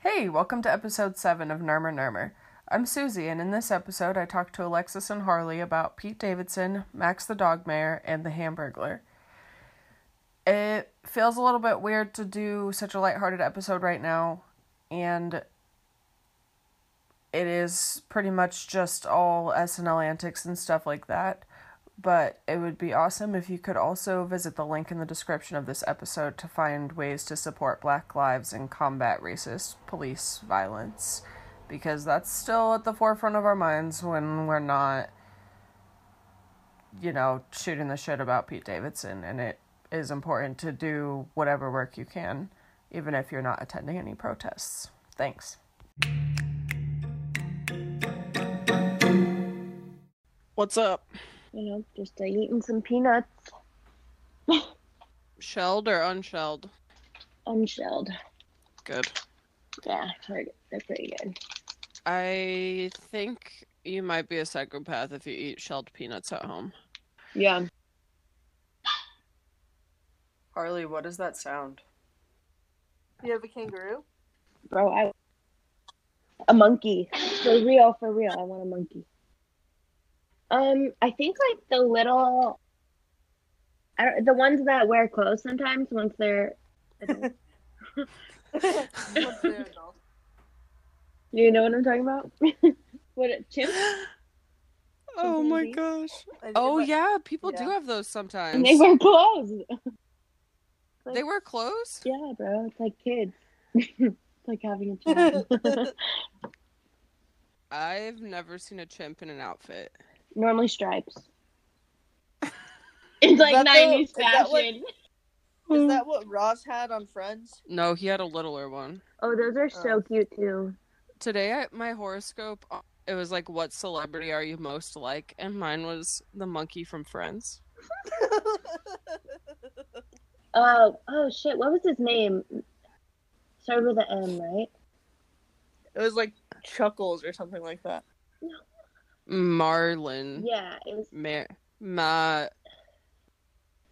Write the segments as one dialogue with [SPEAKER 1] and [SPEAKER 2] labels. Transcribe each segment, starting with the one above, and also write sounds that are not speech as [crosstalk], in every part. [SPEAKER 1] Hey, welcome to episode 7 of Nermer Nermer. I'm Susie, and in this episode, I talked to Alexis and Harley about Pete Davidson, Max the Dog Mayor, and the Hamburglar. It feels a little bit weird to do such a lighthearted episode right now, and it is pretty much just all SNL antics and stuff like that. But it would be awesome if you could also visit the link in the description of this episode to find ways to support Black lives and combat racist police violence, because that's still at the forefront of our minds when we're not, you know, shooting the shit about Pete Davidson. And it is important to do whatever work you can, even if you're not attending any protests. Thanks. What's up?
[SPEAKER 2] You know, just uh, eating some peanuts,
[SPEAKER 1] Shelled or unshelled?
[SPEAKER 2] unshelled.
[SPEAKER 1] Good.
[SPEAKER 2] Yeah, they're, they're pretty good.
[SPEAKER 1] I think you might be a psychopath if you eat shelled peanuts at home.
[SPEAKER 2] Yeah.
[SPEAKER 1] Harley, what does that sound? You have a [laughs] kangaroo?
[SPEAKER 2] Bro, I. A monkey. For real, for real. I want a monkey. Um, I think like the little. I don't, the ones that wear clothes sometimes once they're. adults. [laughs] you know what I'm talking about? [laughs] what, a chimp?
[SPEAKER 3] [laughs] Oh my
[SPEAKER 2] Chimpanzee?
[SPEAKER 3] gosh.
[SPEAKER 4] I
[SPEAKER 3] Oh
[SPEAKER 4] did,
[SPEAKER 3] yeah, people do
[SPEAKER 4] yeah.
[SPEAKER 3] have those sometimes.
[SPEAKER 2] And they wear clothes.
[SPEAKER 3] They wear clothes?
[SPEAKER 2] Yeah, bro. It's like kids. [laughs] it's like having a child.
[SPEAKER 3] I've never seen a chimp in an outfit.
[SPEAKER 2] Normally [laughs] stripes. It's like
[SPEAKER 4] that the-
[SPEAKER 2] 90s
[SPEAKER 4] is that what-
[SPEAKER 2] fashion.
[SPEAKER 4] but- Is that what Ross had on Friends?
[SPEAKER 3] No, he had a littler one.
[SPEAKER 2] Oh, those are so
[SPEAKER 4] Uh,
[SPEAKER 2] cute too.
[SPEAKER 3] Today I, my horoscope uh, it was like what celebrity are you most like and mine was the monkey from Friends.
[SPEAKER 2] Oh, oh shit! What was his name? Started with an M, right?
[SPEAKER 4] It was like Chuckles or something like that.
[SPEAKER 3] Marlin.
[SPEAKER 2] Yeah, it was.
[SPEAKER 3] Ma- ma-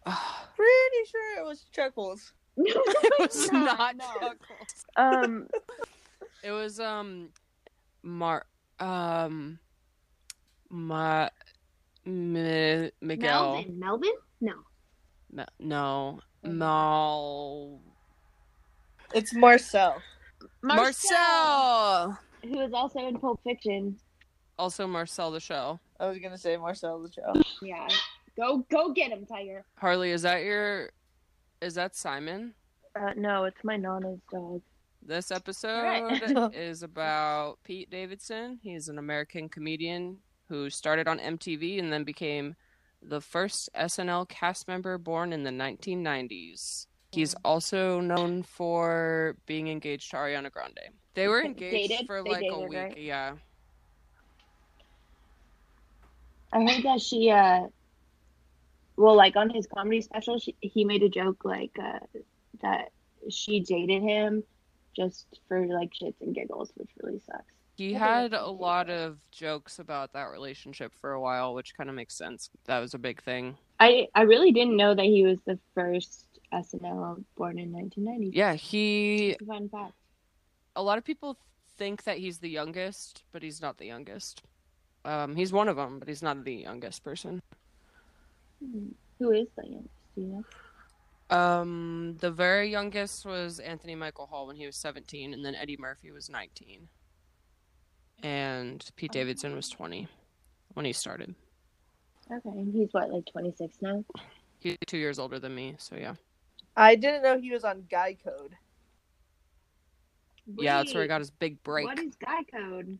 [SPEAKER 3] Ah,
[SPEAKER 4] Pretty sure it was Chuckles.
[SPEAKER 3] [laughs] it
[SPEAKER 2] [laughs]
[SPEAKER 3] was
[SPEAKER 4] No,
[SPEAKER 3] not
[SPEAKER 4] no.
[SPEAKER 3] Chuckles.
[SPEAKER 2] um,
[SPEAKER 3] It was um Mar um Ma Mi- Miguel.
[SPEAKER 2] Melvin. Melvin? No.
[SPEAKER 3] Ma- no. Mal
[SPEAKER 4] It's Marcel.
[SPEAKER 3] Marcel.
[SPEAKER 2] who was also in Pulp Fiction.
[SPEAKER 3] Also Marcel the Shell.
[SPEAKER 4] I was gonna say Marcel the show.
[SPEAKER 2] Yeah. Go, go get him, Tiger.
[SPEAKER 3] Harley, is that your is that Simon?
[SPEAKER 2] Uh, no, it's my nana's dog.
[SPEAKER 3] This episode
[SPEAKER 2] right. [laughs]
[SPEAKER 3] is about Pete Davidson. He's an American comedian who started on MTV and then became the first SNL cast member born in the 1990s. He's
[SPEAKER 2] Mm.
[SPEAKER 3] also known for being engaged to Ariana Grande. They were engaged
[SPEAKER 2] Dated?
[SPEAKER 3] for
[SPEAKER 2] They
[SPEAKER 3] like a
[SPEAKER 2] dated,
[SPEAKER 3] week.
[SPEAKER 2] right?
[SPEAKER 3] Yeah.
[SPEAKER 2] I heard that she, uh, well, like on his comedy special, she, he made a joke like uh, that she dated him just for like shits and giggles, which really sucks.
[SPEAKER 3] He
[SPEAKER 2] I think
[SPEAKER 3] had
[SPEAKER 2] that's
[SPEAKER 3] a
[SPEAKER 2] pretty
[SPEAKER 3] lot
[SPEAKER 2] good.
[SPEAKER 3] of jokes about that relationship for a while, which kind of makes sense. That was a big thing.
[SPEAKER 2] I I really didn't know that he was the first SNL born in 1990.
[SPEAKER 3] Yeah, he.
[SPEAKER 2] Fun fact.
[SPEAKER 3] A lot of people think that he's the youngest, but he's not the youngest. Um, he's one of them, but he's not the youngest person.
[SPEAKER 2] Hmm. Who is the youngest? Do you know?
[SPEAKER 3] Um, the very youngest was Anthony Michael Hall when he was 17, and then Eddie Murphy was 19. And
[SPEAKER 2] Oh.
[SPEAKER 3] Pete Davidson was 20 when he started.
[SPEAKER 2] Okay, and he's what like 26 now.
[SPEAKER 3] He's two years older than me, so yeah.
[SPEAKER 4] I didn't know he was on Guy Code.
[SPEAKER 3] Yeah, that's where he got his big break.
[SPEAKER 2] What is guy code?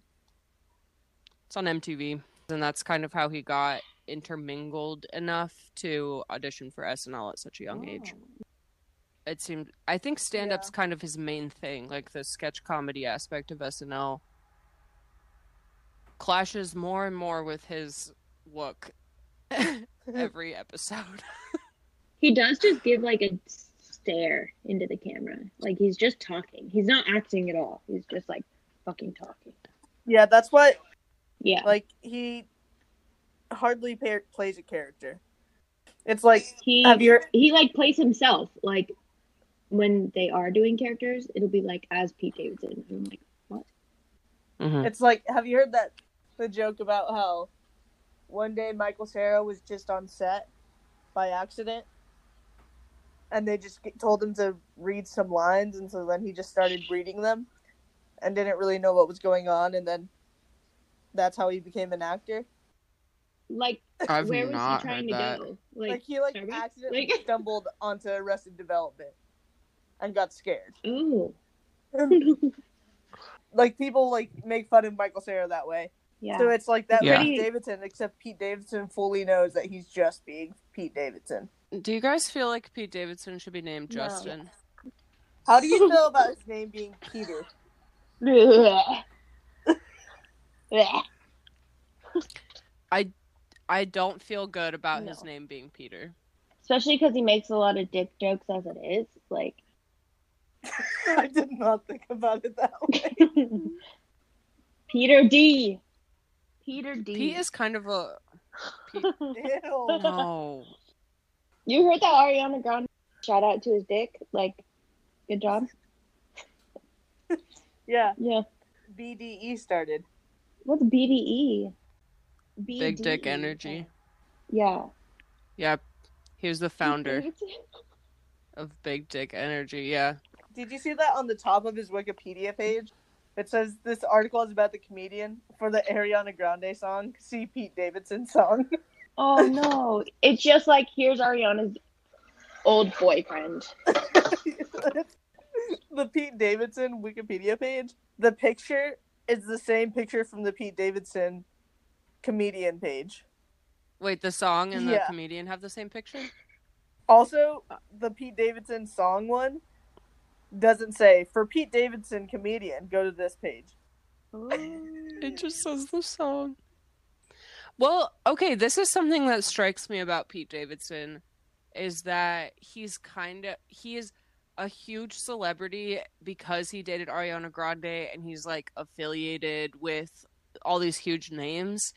[SPEAKER 3] It's on MTV, and that's kind of how he got intermingled enough to audition for SNL at such a
[SPEAKER 2] Oh.
[SPEAKER 3] young age. It seemed I think stand-up's kind of his main thing, like the sketch comedy aspect of SNL clashes more and more with his
[SPEAKER 2] [laughs]
[SPEAKER 3] look every episode. [laughs]
[SPEAKER 2] He does just give like a stare into the camera. Like he's just talking. He's not acting at all. He's just like fucking talking.
[SPEAKER 4] Yeah, that's what
[SPEAKER 2] Yeah.
[SPEAKER 4] like he hardly pa- plays a character. It's like
[SPEAKER 2] he
[SPEAKER 4] have you
[SPEAKER 2] he like plays himself. Like when they are doing characters, it'll be like as Pete Davidson. And I'm like,
[SPEAKER 3] Mhm.
[SPEAKER 4] [laughs] It's like, have you heard that the joke about how one day Michael Sarah was just on set by accident, and they just get, told him to read some lines, and so then he just started reading them, and didn't really know what was going on, and then that's how he became an actor.
[SPEAKER 2] like
[SPEAKER 3] I've
[SPEAKER 2] where was he
[SPEAKER 3] not
[SPEAKER 2] trying
[SPEAKER 3] heard
[SPEAKER 2] to
[SPEAKER 3] that.
[SPEAKER 2] go?
[SPEAKER 4] Like,
[SPEAKER 2] Like,
[SPEAKER 4] he like
[SPEAKER 2] sorry?
[SPEAKER 4] accidentally
[SPEAKER 2] Like-
[SPEAKER 4] stumbled onto Arrested Development, and
[SPEAKER 2] [laughs]
[SPEAKER 4] got scared.
[SPEAKER 2] oh,
[SPEAKER 4] like people like make fun of Michael Sarah that way.
[SPEAKER 2] yeah.
[SPEAKER 4] So [laughs] it's like that
[SPEAKER 3] Yeah.
[SPEAKER 4] with Pete Davidson, except Pete Davidson fully knows that he's just being Pete Davidson.
[SPEAKER 3] Do you guys feel like Pete Davidson should be named
[SPEAKER 2] No.
[SPEAKER 3] Justin?
[SPEAKER 4] How do you feel about his name being Peter? [laughs]
[SPEAKER 3] I don't feel good about his
[SPEAKER 2] No.
[SPEAKER 3] name being Peter.
[SPEAKER 2] [laughs] Especially because he makes a lot of dick jokes as it is.
[SPEAKER 4] [laughs]
[SPEAKER 2] Like, [laughs]
[SPEAKER 4] I did not think about it that way.
[SPEAKER 2] Peter D. Peter D.
[SPEAKER 3] Pete is kind of a
[SPEAKER 2] [laughs]
[SPEAKER 3] oh,
[SPEAKER 4] Ew.
[SPEAKER 3] no.
[SPEAKER 2] You heard that Ariana Grande shout out to his dick? Like, good job.
[SPEAKER 4] Yeah,
[SPEAKER 2] Yeah.
[SPEAKER 4] BDE E started.
[SPEAKER 2] What's E? BDE?
[SPEAKER 3] Big Dick
[SPEAKER 2] BDE.
[SPEAKER 3] Energy.
[SPEAKER 2] E. Yeah.
[SPEAKER 3] Yeah, he was the
[SPEAKER 2] [laughs]
[SPEAKER 3] founder of Big Dick Energy. Yeah,
[SPEAKER 4] Did you see that on the top of his Wikipedia page? It says this article is about the comedian for the Ariana Grande song, see Pete Davidson song. [laughs]
[SPEAKER 2] oh no! It's just like here's Ariana's old boyfriend.
[SPEAKER 4] the Pete Davidson Wikipedia page, the picture is the same picture from the Pete Davidson comedian page.
[SPEAKER 3] wait, the song and the
[SPEAKER 4] Yeah.
[SPEAKER 3] comedian have the same picture.
[SPEAKER 4] Also, the Pete Davidson song one doesn't say for Pete Davidson comedian, go to this page.
[SPEAKER 2] Oh.
[SPEAKER 3] It just says the song. Well, okay, this is something that strikes me about Pete Davidson is that he's kind of he is a huge celebrity because he dated Ariana Grande and he's like affiliated with all these huge names,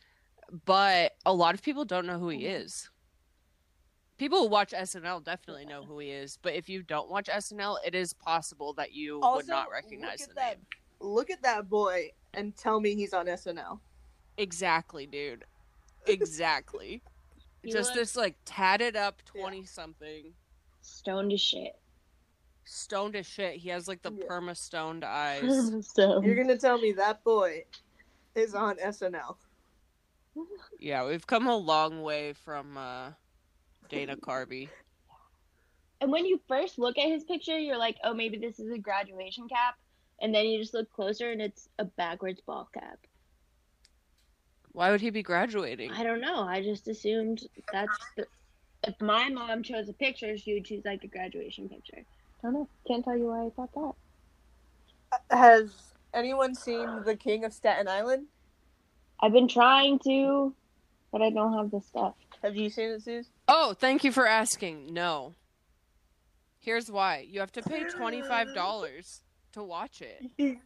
[SPEAKER 3] but a lot of people don't know who he is. People who watch SNL definitely know who he is, but if you don't watch SNL, it is possible that you would
[SPEAKER 4] Also,
[SPEAKER 3] not recognize
[SPEAKER 4] look
[SPEAKER 3] the
[SPEAKER 4] at
[SPEAKER 3] name.
[SPEAKER 4] that, Look at that boy and tell me he's on SNL.
[SPEAKER 3] Exactly,
[SPEAKER 4] [laughs]
[SPEAKER 3] dude. Exactly.
[SPEAKER 2] He
[SPEAKER 3] Just
[SPEAKER 2] looks-
[SPEAKER 3] this like tatted up
[SPEAKER 4] Yeah.
[SPEAKER 3] twenty something,
[SPEAKER 2] Stoned as shit.
[SPEAKER 3] stoned as shit. He has like the
[SPEAKER 4] Yeah.
[SPEAKER 3] perma stoned
[SPEAKER 4] [laughs]
[SPEAKER 3] eyes.
[SPEAKER 2] [laughs] so
[SPEAKER 4] You're gonna tell me that boy is on SNL.
[SPEAKER 3] yeah, we've come a long way from uh Dana Carvey.
[SPEAKER 2] and when you first look at his picture, you're like, oh, maybe this is a graduation cap. And then you just look closer, and it's a backwards ball cap.
[SPEAKER 3] Why would he be graduating?
[SPEAKER 2] I don't know. I just assumed that's the, if my mom chose a picture, she would choose like a graduation picture. Don't know. Can't tell you why I thought that.
[SPEAKER 4] Has anyone seen The King of Staten Island?
[SPEAKER 2] I've been trying to, but I don't have the stuff.
[SPEAKER 4] Have you seen it, Suze?
[SPEAKER 3] Oh, thank you for asking. No. Here's why. You have to pay twenty five dollars to watch it.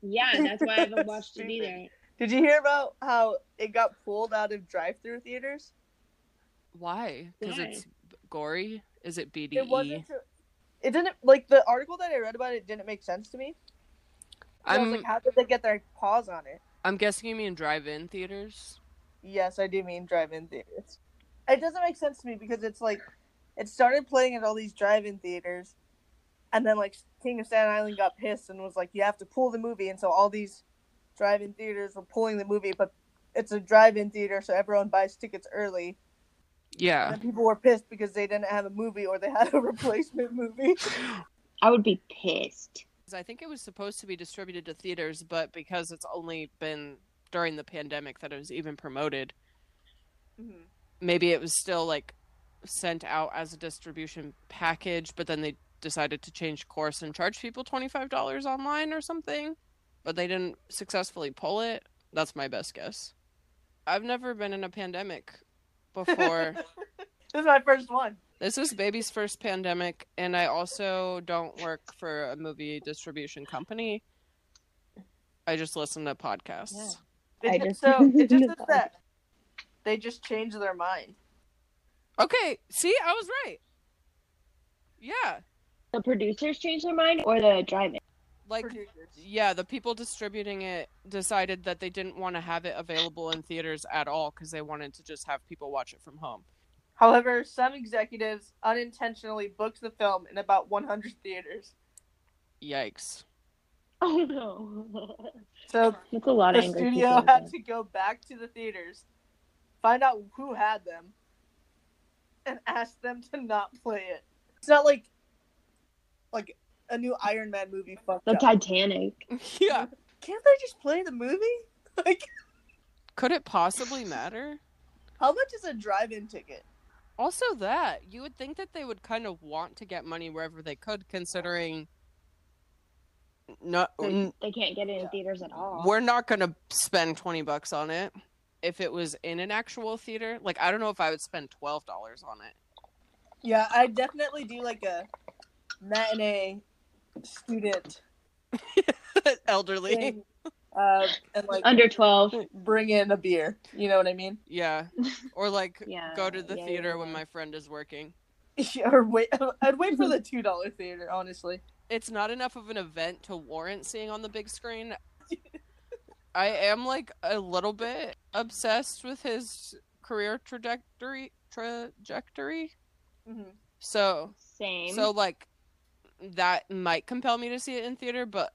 [SPEAKER 2] Yeah, that's why I haven't watched it
[SPEAKER 4] [laughs] Stupid.
[SPEAKER 2] either.
[SPEAKER 4] Did you hear about how it got pulled out of drive-through theaters?
[SPEAKER 3] Why? Because
[SPEAKER 2] Why?
[SPEAKER 3] it's gory? Is it E? BDE?
[SPEAKER 4] It wasn't. To, it didn't like the article that I read about it didn't make sense to me. So I was
[SPEAKER 3] I'm
[SPEAKER 4] like, how did they get their paws on it?
[SPEAKER 3] I'm guessing you mean drive in theaters?
[SPEAKER 4] Yes, I do mean drive-in theaters. It doesn't make sense to me because it's like it started playing at all these drive-in theaters, and then like King of Staten Island got pissed and was like, you have to pull the movie, and so all these drive-in theaters were pulling the movie, but it's a drive-in theater, so everyone buys tickets early.
[SPEAKER 3] Yeah.
[SPEAKER 4] And people were pissed because they didn't have a movie or they had a [laughs] replacement movie.
[SPEAKER 2] I would be pissed.
[SPEAKER 3] 'Cause I think it was supposed to be distributed to theaters, but because it's only been during the pandemic that it was even promoted, Mm-hmm. maybe it was still like sent out as a distribution package, but then they decided to change course and charge people $25 online or something, but they didn't successfully pull it. That's my best guess. I've never been in a pandemic before.
[SPEAKER 4] [laughs] This is my first one.
[SPEAKER 3] This is baby's first pandemic, and I also don't work for a movie distribution company. I just listen to podcasts.
[SPEAKER 2] Yeah.
[SPEAKER 4] They
[SPEAKER 2] I
[SPEAKER 4] ju-
[SPEAKER 2] just-
[SPEAKER 4] so
[SPEAKER 2] [laughs]
[SPEAKER 4] it just is that they just changed their mind.
[SPEAKER 3] Okay, see, I was right. Yeah,
[SPEAKER 2] The producers changed their mind or the
[SPEAKER 4] [laughs]
[SPEAKER 2] drive-in?
[SPEAKER 3] Like, yeah, the people distributing it decided that they didn't want to have it available in theaters at all because they wanted to just have people watch it from home.
[SPEAKER 4] However, some executives unintentionally booked the film in about 100 theaters.
[SPEAKER 3] Yikes. [laughs]
[SPEAKER 2] Oh
[SPEAKER 4] [laughs]
[SPEAKER 2] no,
[SPEAKER 4] So
[SPEAKER 2] that's a lot
[SPEAKER 4] the
[SPEAKER 2] of angry
[SPEAKER 4] studio
[SPEAKER 2] people.
[SPEAKER 4] had to go back to the theaters, find out who had them, and ask them to not play it. It's not like like a new Iron Man movie fucked
[SPEAKER 2] The
[SPEAKER 4] up.
[SPEAKER 2] Titanic.
[SPEAKER 3] yeah.
[SPEAKER 4] Can't they just play the movie? [laughs] Like,
[SPEAKER 3] Could it possibly matter?
[SPEAKER 4] how much is a drive-in ticket?
[SPEAKER 3] Also, that you would think that they would kind of want to get money wherever they could, considering no,
[SPEAKER 2] They, they can't get it in
[SPEAKER 4] Yeah.
[SPEAKER 2] theaters at all.
[SPEAKER 3] we're not going to spend twenty bucks on it. If it was in an actual theater, like I don't know if I would spend twelve dollars on it.
[SPEAKER 4] Yeah, I definitely do like a matinee student
[SPEAKER 3] [laughs] Elderly,
[SPEAKER 4] thing, uh, and like
[SPEAKER 2] Under twelve.
[SPEAKER 4] bring in a beer. You know what I mean? [laughs]
[SPEAKER 2] [laughs]
[SPEAKER 3] yeah, or like
[SPEAKER 2] Yeah.
[SPEAKER 3] go to the
[SPEAKER 2] yeah,
[SPEAKER 3] theater
[SPEAKER 2] yeah,
[SPEAKER 3] when
[SPEAKER 2] yeah.
[SPEAKER 3] my friend is working.
[SPEAKER 4] or wait, I'd wait for the two dollar theater. Honestly,
[SPEAKER 3] It's not enough of an event to warrant seeing on the big screen. [laughs] I am like a little bit obsessed with his career trajectory. Trajectory.
[SPEAKER 4] Mhm.
[SPEAKER 3] So,
[SPEAKER 2] Same.
[SPEAKER 3] so like that might compel me to see it in theater, but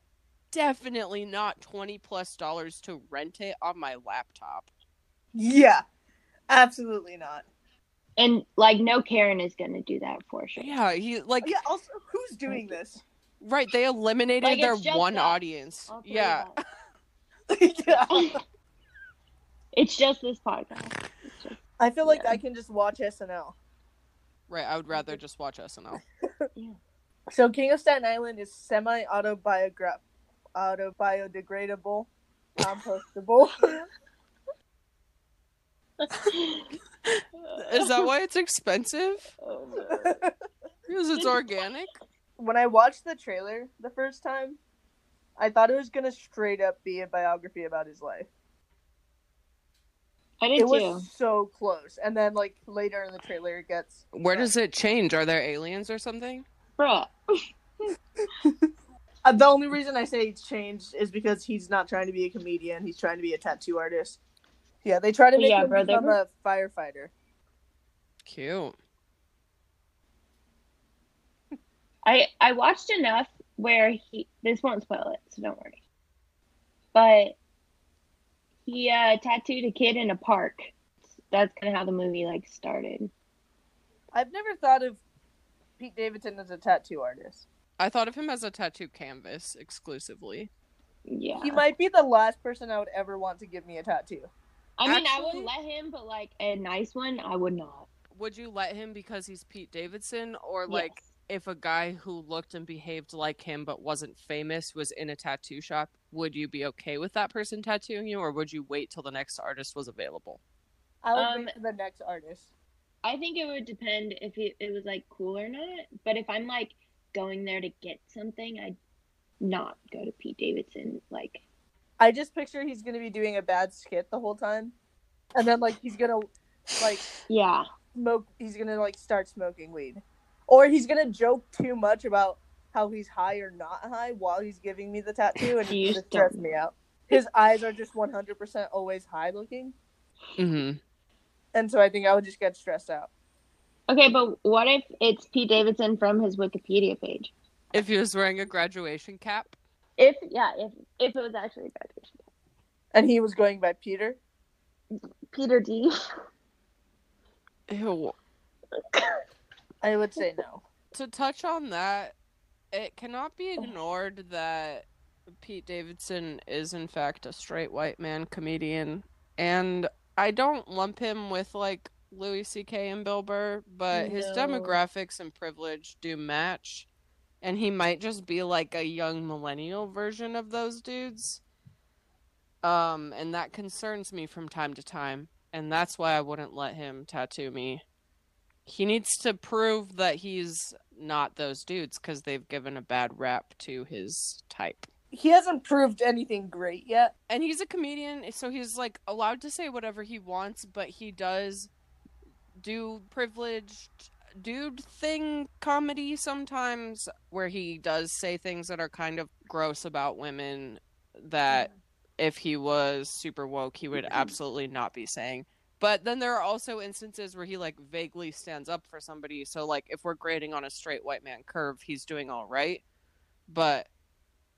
[SPEAKER 3] definitely not 20 plus dollars to rent it on my laptop.
[SPEAKER 4] yeah, absolutely not.
[SPEAKER 2] and like no Karen is gonna do that for sure.
[SPEAKER 3] Yeah, he like
[SPEAKER 4] Yeah. Also, who's doing this? [laughs]
[SPEAKER 3] right, they eliminated
[SPEAKER 2] Like,
[SPEAKER 3] their
[SPEAKER 2] it's just
[SPEAKER 3] one
[SPEAKER 2] us.
[SPEAKER 3] audience.
[SPEAKER 2] All three of
[SPEAKER 3] Yeah.
[SPEAKER 2] us.
[SPEAKER 4] yeah.
[SPEAKER 2] [laughs] It's just this podcast. It's just-
[SPEAKER 4] I feel like
[SPEAKER 2] Yeah.
[SPEAKER 4] I can just watch SNL.
[SPEAKER 3] Right, I would rather just watch SNL.
[SPEAKER 4] So, King of Staten Island is semi autobiograph, autobiodegradable, compostable.
[SPEAKER 3] [laughs]
[SPEAKER 2] [laughs]
[SPEAKER 3] Is that why it's expensive?
[SPEAKER 2] Oh, no.
[SPEAKER 3] Because
[SPEAKER 2] [laughs]
[SPEAKER 3] it's organic?
[SPEAKER 4] when I watched the trailer the first time, I thought it was gonna straight up be a biography about his life.
[SPEAKER 2] I did
[SPEAKER 4] It
[SPEAKER 2] too.
[SPEAKER 4] was so close, and then like later in the trailer, it gets
[SPEAKER 3] Where does it change? Are there aliens or something?
[SPEAKER 2] Bruh.
[SPEAKER 4] Uh, the only reason I say he's changed is because he's not trying to be a comedian. He's trying to be a tattoo artist. Yeah, they try to make
[SPEAKER 2] Yeah,
[SPEAKER 4] him
[SPEAKER 2] bro, they
[SPEAKER 4] become
[SPEAKER 2] were-
[SPEAKER 4] a firefighter.
[SPEAKER 3] Cute.
[SPEAKER 2] I I watched enough where he this won't spoil it, so don't worry. But he uh tattooed a kid in a park. That's kind of how the movie like started.
[SPEAKER 4] I've never thought of Pete Davidson as a tattoo artist.
[SPEAKER 3] I thought of him as a tattoo canvas exclusively.
[SPEAKER 2] Yeah.
[SPEAKER 4] He might be the last person I would ever want to give me a tattoo.
[SPEAKER 2] I mean, I
[SPEAKER 3] actually-
[SPEAKER 2] would let him, but like a nice one, I would not.
[SPEAKER 3] Would you let him because he's Pete Davidson, or like
[SPEAKER 2] Yes.
[SPEAKER 3] if a guy who looked and behaved like him but wasn't famous was in a tattoo shop, would you be okay with that person tattooing you, or would you wait till the next artist was available?
[SPEAKER 4] I would
[SPEAKER 2] Um,
[SPEAKER 4] wait for the next artist.
[SPEAKER 2] I think it would depend if it, it was like cool or not. But if I'm like going there to get something, I'd not go to Pete Davidson. Like,
[SPEAKER 4] I just picture he's gonna be doing a bad skit the whole time, and then like he's gonna like
[SPEAKER 2] yeah,
[SPEAKER 4] smoke he's gonna like start smoking weed or he's gonna joke too much about how he's high or not high while he's giving me the tattoo and
[SPEAKER 2] You
[SPEAKER 4] it
[SPEAKER 2] just
[SPEAKER 4] stress
[SPEAKER 2] don't
[SPEAKER 4] me out his eyes are just 100% always high looking
[SPEAKER 3] Mm-hmm.
[SPEAKER 4] and so i think i would just get stressed out
[SPEAKER 2] okay. But what if it's Pete Davidson from his Wikipedia page?
[SPEAKER 3] If he was wearing a graduation cap,
[SPEAKER 2] If yeah, if if it was actually graduation,
[SPEAKER 4] and he was going by peter
[SPEAKER 2] Peter D.
[SPEAKER 3] ew.
[SPEAKER 4] i would say no
[SPEAKER 3] To touch on that, it cannot be ignored that Pete Davidson is in fact a straight white man comedian, and I don't lump him with like Louis C.K. and Bill Burr, but his
[SPEAKER 4] No.
[SPEAKER 3] demographics and privilege do match, and he might just be like a young millennial version of those dudes. Um, and that concerns me from time to time, and that's why I wouldn't let him tattoo me. He needs to prove that he's not those dudes because they've given a bad rap to his type
[SPEAKER 4] he hasn't proved anything great yet
[SPEAKER 3] and he's a comedian so he's like allowed to say whatever he wants but he does do privileged dude thing comedy sometimes where he does say things that are kind of gross about women that if he was super woke he
[SPEAKER 2] [clears throat]
[SPEAKER 3] would absolutely not be saying. But then there are also instances where he like vaguely stands up for somebody. So like if we're grading on a straight white man curve, he's doing all right. But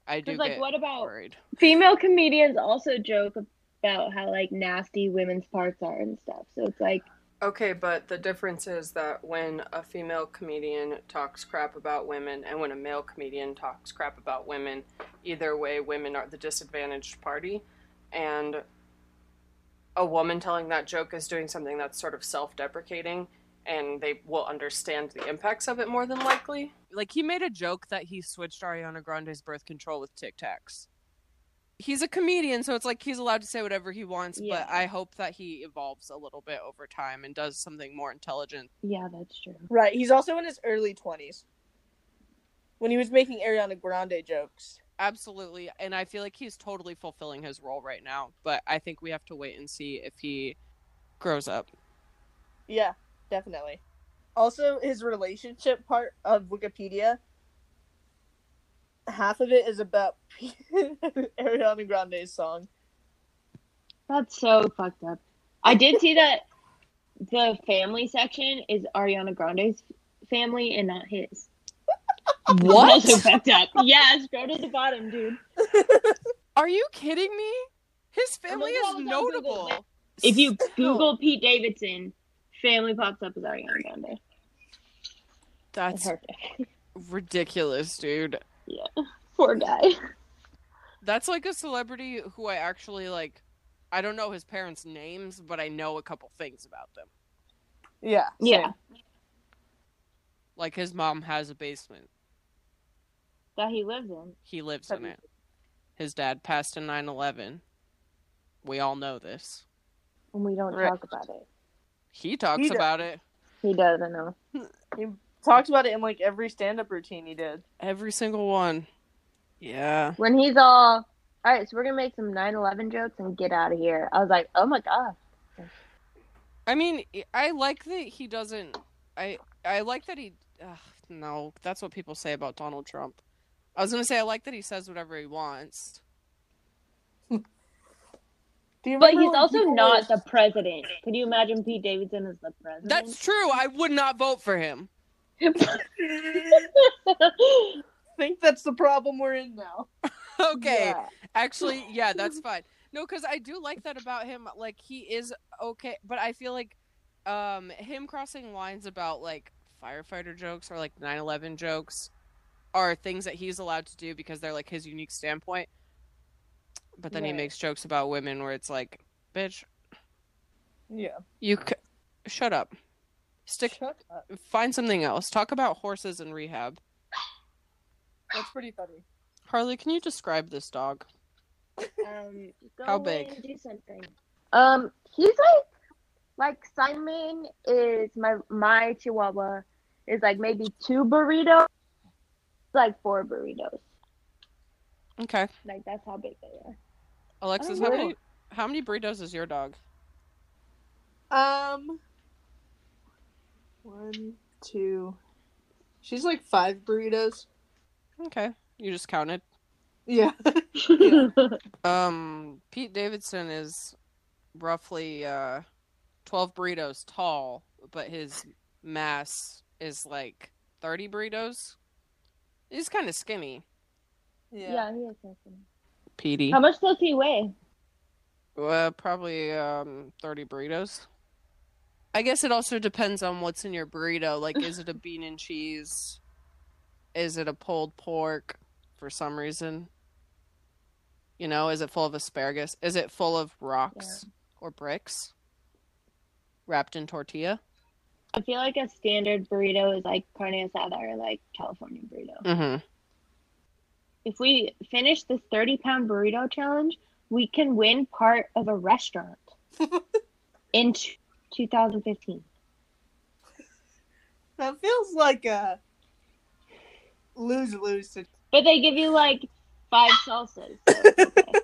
[SPEAKER 3] I do
[SPEAKER 2] Because, like,
[SPEAKER 3] get
[SPEAKER 2] what about
[SPEAKER 3] worried.
[SPEAKER 2] female comedians also joke about how like nasty women's parts are and stuff. So it's like
[SPEAKER 3] Okay, but the difference is that when a female comedian talks crap about women and when a male comedian talks crap about women, either way, women are the disadvantaged party. And a woman telling that joke is doing something that's sort of self deprecating, and they will understand the impacts of it more than likely. Like, he made a joke that he switched Ariana Grande's birth control with Tic Tacs. He's a comedian, so it's like he's allowed to say whatever he wants,
[SPEAKER 2] Yeah.
[SPEAKER 3] but I hope that he evolves a little bit over time and does something more intelligent.
[SPEAKER 2] yeah, that's true.
[SPEAKER 4] Right. He's also in his early 20s when he was making Ariana Grande jokes.
[SPEAKER 3] Absolutely. And I feel like he's totally fulfilling his role right now, but I think we have to wait and see if he grows up.
[SPEAKER 4] Yeah, definitely. Also, his relationship part of Wikipedia, half of it is about [laughs] Ariana Grande's song.
[SPEAKER 2] That's so fucked up. I did see that the family section is Ariana Grande's family and not his. That's [laughs] also fucked up. Yeah, scroll to the bottom, dude.
[SPEAKER 3] Are you kidding me? His family
[SPEAKER 2] look at
[SPEAKER 3] is
[SPEAKER 2] all the people Google
[SPEAKER 3] notable.
[SPEAKER 2] that- If you
[SPEAKER 3] Still,
[SPEAKER 2] Google Pete Davidson, family pops up as Ariana Grande. It's
[SPEAKER 3] That's
[SPEAKER 2] perfect. [laughs]
[SPEAKER 3] ridiculous, dude.
[SPEAKER 2] Poor guy.
[SPEAKER 3] That's like a celebrity who I actually like. I don't know his parents' names, but I know a couple things about them.
[SPEAKER 4] Yeah.
[SPEAKER 2] Yeah,
[SPEAKER 3] Like his mom has a basement.
[SPEAKER 2] that he lives in.
[SPEAKER 3] He lives in it. His dad passed in 9/11. We all know this.
[SPEAKER 2] And we don't
[SPEAKER 4] Right.
[SPEAKER 2] talk about it.
[SPEAKER 3] He talks
[SPEAKER 4] He does.
[SPEAKER 3] about it
[SPEAKER 2] He doesn't know.
[SPEAKER 4] Talked about it in like every stand up routine he did.
[SPEAKER 3] every single one. Yeah.
[SPEAKER 2] When he's all, all right, so we're gonna make some 9/11 jokes and get out of here. I was like, oh my god.
[SPEAKER 3] I mean, I like that he doesn't. I I like that he. Ugh, no, that's what people say about Donald Trump. I was gonna say I like that he says whatever he wants.
[SPEAKER 4] Do you
[SPEAKER 2] But
[SPEAKER 4] remember
[SPEAKER 2] he's
[SPEAKER 4] when
[SPEAKER 2] also
[SPEAKER 4] people
[SPEAKER 2] not
[SPEAKER 4] were-
[SPEAKER 2] the president. Could you imagine Pete Davidson as the president?
[SPEAKER 3] That's true. I would not vote for him. [laughs]
[SPEAKER 4] I [laughs] think that's the problem we're in now.
[SPEAKER 3] Okay,
[SPEAKER 2] Yeah.
[SPEAKER 3] [laughs] actually, yeah, that's fine. No, because I do like that about him. Like he is okay, but I feel like um him crossing lines about like firefighter jokes or like 9/11 jokes are things that he's allowed to do because they're like his unique standpoint. But then he
[SPEAKER 4] Right.
[SPEAKER 3] makes jokes about women where it's like, bitch,
[SPEAKER 4] Yeah.
[SPEAKER 3] you c- shut up. Stick
[SPEAKER 4] Shut up.
[SPEAKER 3] find something else. Talk about horses and rehab.
[SPEAKER 4] That's pretty funny.
[SPEAKER 3] Harley, can you describe this dog?
[SPEAKER 2] Um, go
[SPEAKER 3] How
[SPEAKER 2] away
[SPEAKER 3] big?
[SPEAKER 2] and do something. Um, he's like, like Simon is my my Chihuahua is like maybe two burritos, like four burritos.
[SPEAKER 3] Okay. Um,
[SPEAKER 2] Like that's how big they are.
[SPEAKER 3] Alexis,
[SPEAKER 4] Oh,
[SPEAKER 3] how
[SPEAKER 4] wow.
[SPEAKER 3] many how many burritos is your dog?
[SPEAKER 4] Um, one, two. She's like five burritos.
[SPEAKER 3] Okay. You just counted.
[SPEAKER 4] Yeah.
[SPEAKER 3] [laughs] Um, Pete Davidson is roughly uh, 12 burritos tall, but his mass is like 30 burritos. He's kind of skinny.
[SPEAKER 2] yeah. he is something.
[SPEAKER 3] Petey.
[SPEAKER 2] How much does he weigh?
[SPEAKER 3] Uh, probably um, 30 burritos. I guess it also depends on what's in your burrito. Like, is [laughs] it a bean and cheese? Is it a pulled pork for some reason? You know, is it full of asparagus? Is it full of rocks or bricks wrapped in tortilla?
[SPEAKER 2] I feel like a standard burrito is like carne asada or like California burrito.
[SPEAKER 3] Mm-hmm.
[SPEAKER 2] If we finish this thirty pound burrito challenge, we can win part of a restaurant in t- 2015.
[SPEAKER 4] That feels like a lose lose. [laughs]
[SPEAKER 2] But they give you like five salsas. so it's okay.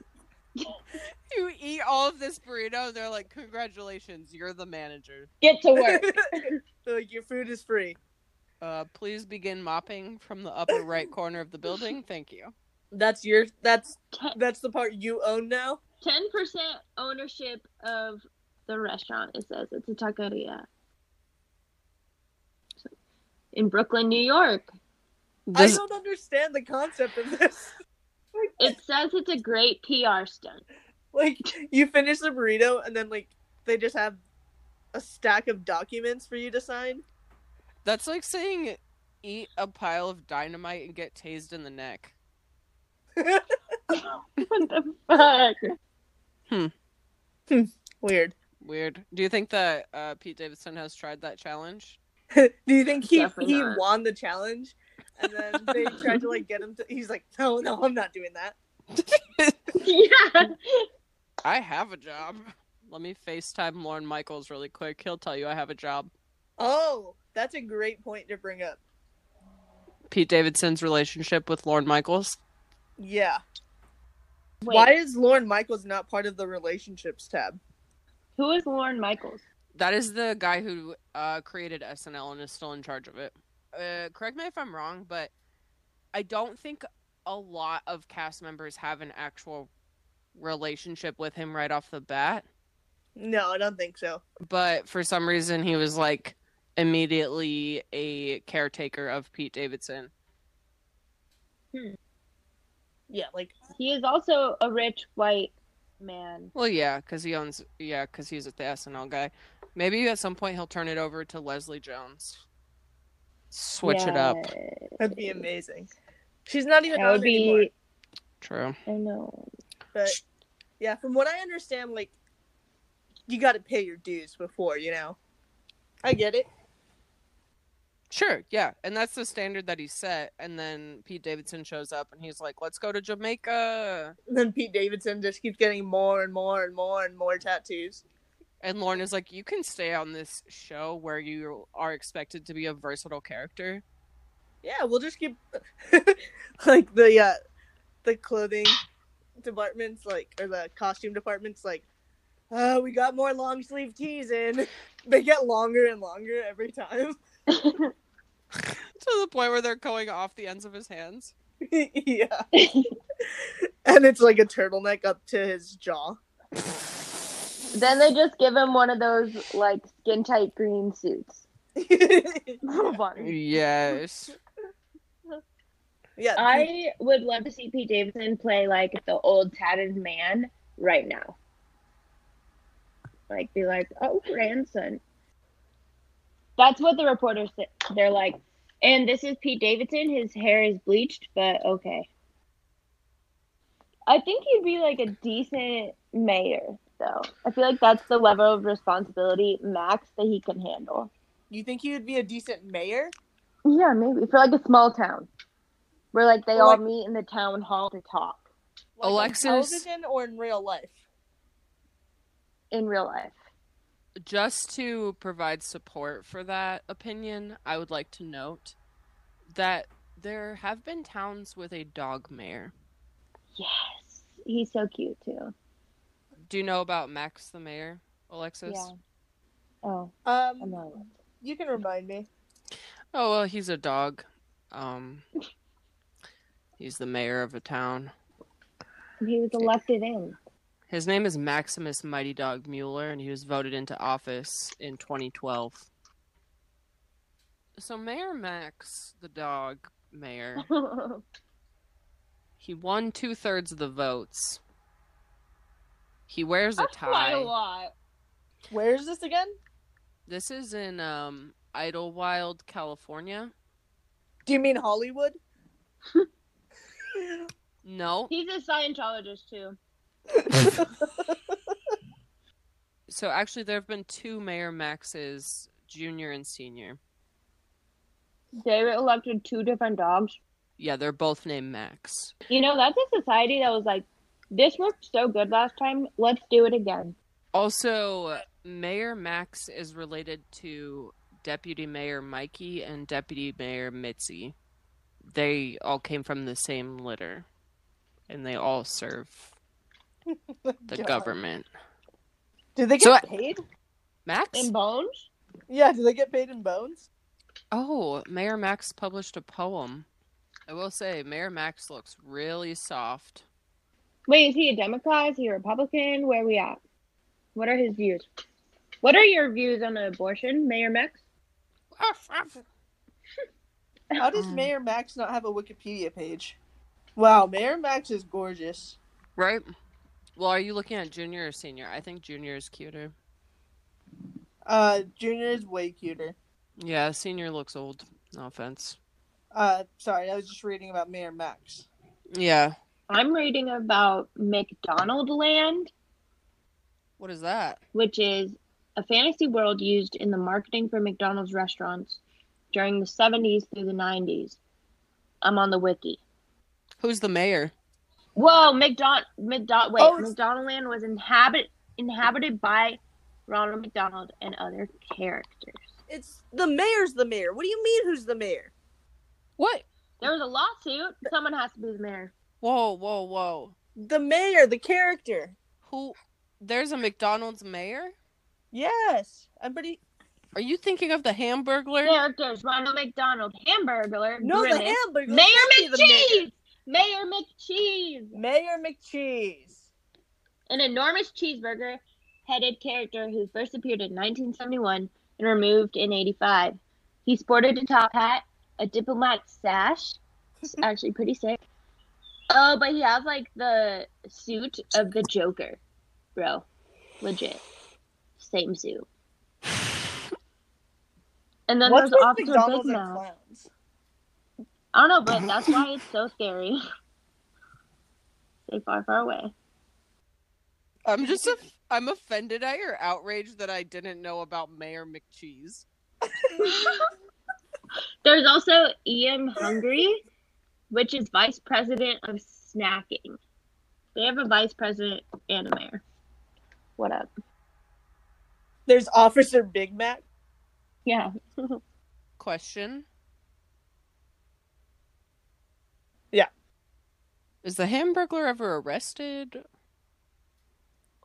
[SPEAKER 3] You eat all of this burrito, they're like, congratulations, you're the manager.
[SPEAKER 2] Get to work.
[SPEAKER 4] They're [laughs] like, your food is free.
[SPEAKER 3] Uh, please begin mopping from the upper right corner of the building. Thank you.
[SPEAKER 4] That's your. That's
[SPEAKER 2] Ten
[SPEAKER 4] that's the part you own now.
[SPEAKER 2] percent ownership of the restaurant. It says it's a taqueria. So, in Brooklyn, New York,
[SPEAKER 4] I
[SPEAKER 3] This,
[SPEAKER 4] don't understand the concept of this. [laughs]
[SPEAKER 2] it says it's a great PR stunt.
[SPEAKER 4] like you finish the burrito and then like they just have a stack of documents for you to sign.
[SPEAKER 3] that's like saying eat a pile of dynamite and get tased in the neck.
[SPEAKER 2] what the fuck? [laughs]
[SPEAKER 4] Weird.
[SPEAKER 3] Weird. Do you think that uh, Pete Davidson has tried that challenge?
[SPEAKER 4] Do you think he
[SPEAKER 2] Definitely
[SPEAKER 4] he
[SPEAKER 2] not.
[SPEAKER 4] won the challenge? And then they tried to like get him to. He's like, no, no, I'm not doing that.
[SPEAKER 2] yeah.
[SPEAKER 3] I have a job. Let me FaceTime Lauren Michaels really quick. He'll tell you I have a job.
[SPEAKER 4] Oh, that's a great point to bring up.
[SPEAKER 3] Pete Davidson's relationship with Lauren Michaels.
[SPEAKER 4] Yeah.
[SPEAKER 2] Wait,
[SPEAKER 4] Why is Lauren Michaels not part of the relationships tab?
[SPEAKER 2] who is Lauren Michaels?
[SPEAKER 3] That is the guy who uh, created SNL and is still in charge of it. Uh, correct me if I'm wrong, but I don't think a lot of cast members have an actual relationship with him right off the bat.
[SPEAKER 4] No, I don't think so.
[SPEAKER 3] But for some reason, he was like immediately a caretaker of Pete Davidson.
[SPEAKER 4] Yeah, like
[SPEAKER 2] He is also a rich white man.
[SPEAKER 3] Well, yeah, because he owns, yeah, because he's the SNL guy. Maybe at some point he'll turn it over to Leslie Jones. Switch it up.
[SPEAKER 2] Yes.
[SPEAKER 4] that'd be amazing. She's not even
[SPEAKER 2] That
[SPEAKER 4] on
[SPEAKER 2] would be.
[SPEAKER 4] anymore.
[SPEAKER 3] True.
[SPEAKER 2] I know.
[SPEAKER 4] But yeah, from what I understand, like you got to pay your dues before, you know. I get it.
[SPEAKER 3] Sure, yeah. And that's the standard that he set. And then Pete Davidson shows up and he's like, let's go to Jamaica.
[SPEAKER 4] And then Pete Davidson just keeps getting more and more and more and more tattoos.
[SPEAKER 3] And Lauren is like, you can stay on this show where you are expected to be a versatile character. [laughs]
[SPEAKER 4] Yeah, we'll just keep [laughs] like the uh, the clothing departments, like or the costume departments, like. Uh, we got more long sleeve tees in. [laughs] They get longer and longer every time. [laughs]
[SPEAKER 3] To the point where they're going off the ends of his hands.
[SPEAKER 4] yeah. and it's like a turtleneck up to his jaw. [laughs]
[SPEAKER 2] Then they just give him one of those like skin tight green suits. Funny.
[SPEAKER 3] Yes.
[SPEAKER 4] yeah.
[SPEAKER 2] I would love to see Pete Davidson play like the old tatted man right now. Like be like, oh grandson. That's what the reporters said. They're like, and this is Pete Davidson. His hair is bleached, but okay. I think he'd be like a decent mayor, though. I feel like that's the level of responsibility max that he can handle.
[SPEAKER 4] You think he would be a decent mayor?
[SPEAKER 2] Yeah, maybe for like a small town, where like they
[SPEAKER 4] Or,
[SPEAKER 2] all
[SPEAKER 4] like-
[SPEAKER 2] meet in the town hall to talk
[SPEAKER 4] Like on
[SPEAKER 3] Alexis-
[SPEAKER 4] television or in real life?
[SPEAKER 2] in real life.
[SPEAKER 3] [laughs] just to provide support for that opinion, I would like to note that there have been towns with a dog mayor.
[SPEAKER 2] Yes, he's so cute too.
[SPEAKER 3] Do you know about Max the mayor, Alexis?
[SPEAKER 2] Yeah. Oh, I
[SPEAKER 4] Um,
[SPEAKER 2] know.
[SPEAKER 4] you can remind me.
[SPEAKER 3] Oh well, he's a dog. Um, he's the mayor of a town.
[SPEAKER 2] He was elected in.
[SPEAKER 3] His name is Maximus Mighty Dog Mueller, and he was voted into office in 2012. So Mayor Max, the dog mayor, He won two thirds of the votes. He wears a tie.
[SPEAKER 2] lot.
[SPEAKER 4] Where is this again?
[SPEAKER 3] This is in um, Idlewild, California.
[SPEAKER 4] Do you mean Hollywood?
[SPEAKER 3] No,
[SPEAKER 2] He's a Scientologist too.
[SPEAKER 3] so actually, there have been two Mayor Maxes, junior and senior.
[SPEAKER 2] They were elected two different dogs.
[SPEAKER 3] Yeah, they're both named Max.
[SPEAKER 2] You know, that's a society that was like, this worked so good last time. Let's do it again.
[SPEAKER 3] Also, Mayor Max is related to Deputy Mayor Mikey and Deputy Mayor Mitzi. They all came from the same litter, and they all serve the
[SPEAKER 4] God. [laughs]
[SPEAKER 3] government.
[SPEAKER 4] Do they
[SPEAKER 3] So I-
[SPEAKER 4] get paid?
[SPEAKER 3] Max?
[SPEAKER 2] In bones.
[SPEAKER 4] Yeah, do they get paid in bones?
[SPEAKER 3] Oh, Mayor Max published a poem. I will say, Mayor Max looks really [laughs] soft.
[SPEAKER 2] Wait, is he a Democrat? Is he a Republican? Where are we at? What are his views? What are your views on abortion, Mayor Max?
[SPEAKER 4] How does
[SPEAKER 3] Um.
[SPEAKER 4] Mayor Max not have a Wikipedia page? Wow, Mayor Max is gorgeous.
[SPEAKER 3] Right? Well, are you looking at junior or senior? I think junior is cuter.
[SPEAKER 4] Uh, Junior is way cuter.
[SPEAKER 3] Yeah, senior looks old. No offense.
[SPEAKER 4] Uh, sorry, I was just reading about Mayor Max.
[SPEAKER 3] Yeah.
[SPEAKER 2] I'm reading about McDonald Land,
[SPEAKER 3] What is that?
[SPEAKER 2] which is a fantasy world used in the marketing for McDonald's restaurants during the 70s through the 90s. I'm on the wiki.
[SPEAKER 3] Who's the mayor?
[SPEAKER 2] Whoa, McDon McDon wait,
[SPEAKER 4] Oh, it's-
[SPEAKER 2] McDonald Land was inhabit inhabited by Ronald McDonald and other characters.
[SPEAKER 4] It's the mayor's the mayor. What do you mean, who's the mayor?
[SPEAKER 3] What?
[SPEAKER 2] There was a lawsuit. Someone has to be the mayor.
[SPEAKER 3] Whoa, whoa, whoa.
[SPEAKER 4] The mayor, the character.
[SPEAKER 3] Who? There's a McDonald's mayor?
[SPEAKER 4] Yes, I'm pretty.
[SPEAKER 3] Are you thinking of the Hamburglar?
[SPEAKER 2] Characters: Ronald McDonald, Hamburglar,
[SPEAKER 4] No,
[SPEAKER 2] Grimace,
[SPEAKER 4] the hamburger.
[SPEAKER 2] Mayor
[SPEAKER 4] can't be the
[SPEAKER 2] McCheese,
[SPEAKER 4] mayor.
[SPEAKER 2] Mayor McCheese,
[SPEAKER 4] Mayor McCheese.
[SPEAKER 2] an enormous cheeseburger-headed character who first appeared in 1971 and removed in 85. He sported a top hat, a diplomat sash.
[SPEAKER 4] [laughs]
[SPEAKER 2] It's actually pretty sick. Oh, but he has like the suit of the Joker, bro. Legit, same suit. And then
[SPEAKER 4] What's
[SPEAKER 2] there's
[SPEAKER 4] with
[SPEAKER 2] Officer
[SPEAKER 4] McDonald's
[SPEAKER 2] Big
[SPEAKER 4] and
[SPEAKER 2] Mouth.
[SPEAKER 4] clowns?
[SPEAKER 2] I don't know, but that's
[SPEAKER 4] [laughs]
[SPEAKER 2] why it's so scary. [laughs] Stay far, far away.
[SPEAKER 3] I'm just, i I'm offended at your outrage that I didn't know about Mayor McCheese.
[SPEAKER 2] There's also E Ian
[SPEAKER 4] [laughs]
[SPEAKER 2] Hungry, which is vice president of snacking. They have a vice president and a mayor. What up?
[SPEAKER 4] There's Officer Big Mac.
[SPEAKER 2] Yeah. [laughs]
[SPEAKER 3] Question.
[SPEAKER 4] Yeah.
[SPEAKER 3] Is the Hamburglar ever arrested?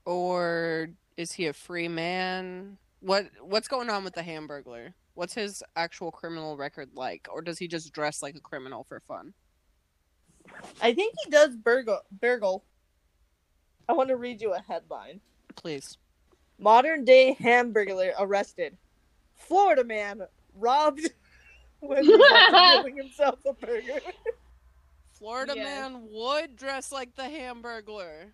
[SPEAKER 3] Or is he a free man? What what's going on with the Hamburglar? What's his actual criminal record like? Or does he just dress like a criminal for fun?
[SPEAKER 4] I think he does burgle. burgle. I want to read you a headline.
[SPEAKER 3] Please.
[SPEAKER 4] Modern day hamburglar arrested. Florida man robbed [laughs] when
[SPEAKER 2] [laughs]
[SPEAKER 4] he was giving himself a burger.
[SPEAKER 3] Florida
[SPEAKER 2] Yes.
[SPEAKER 3] man would dress like the Hamburglar.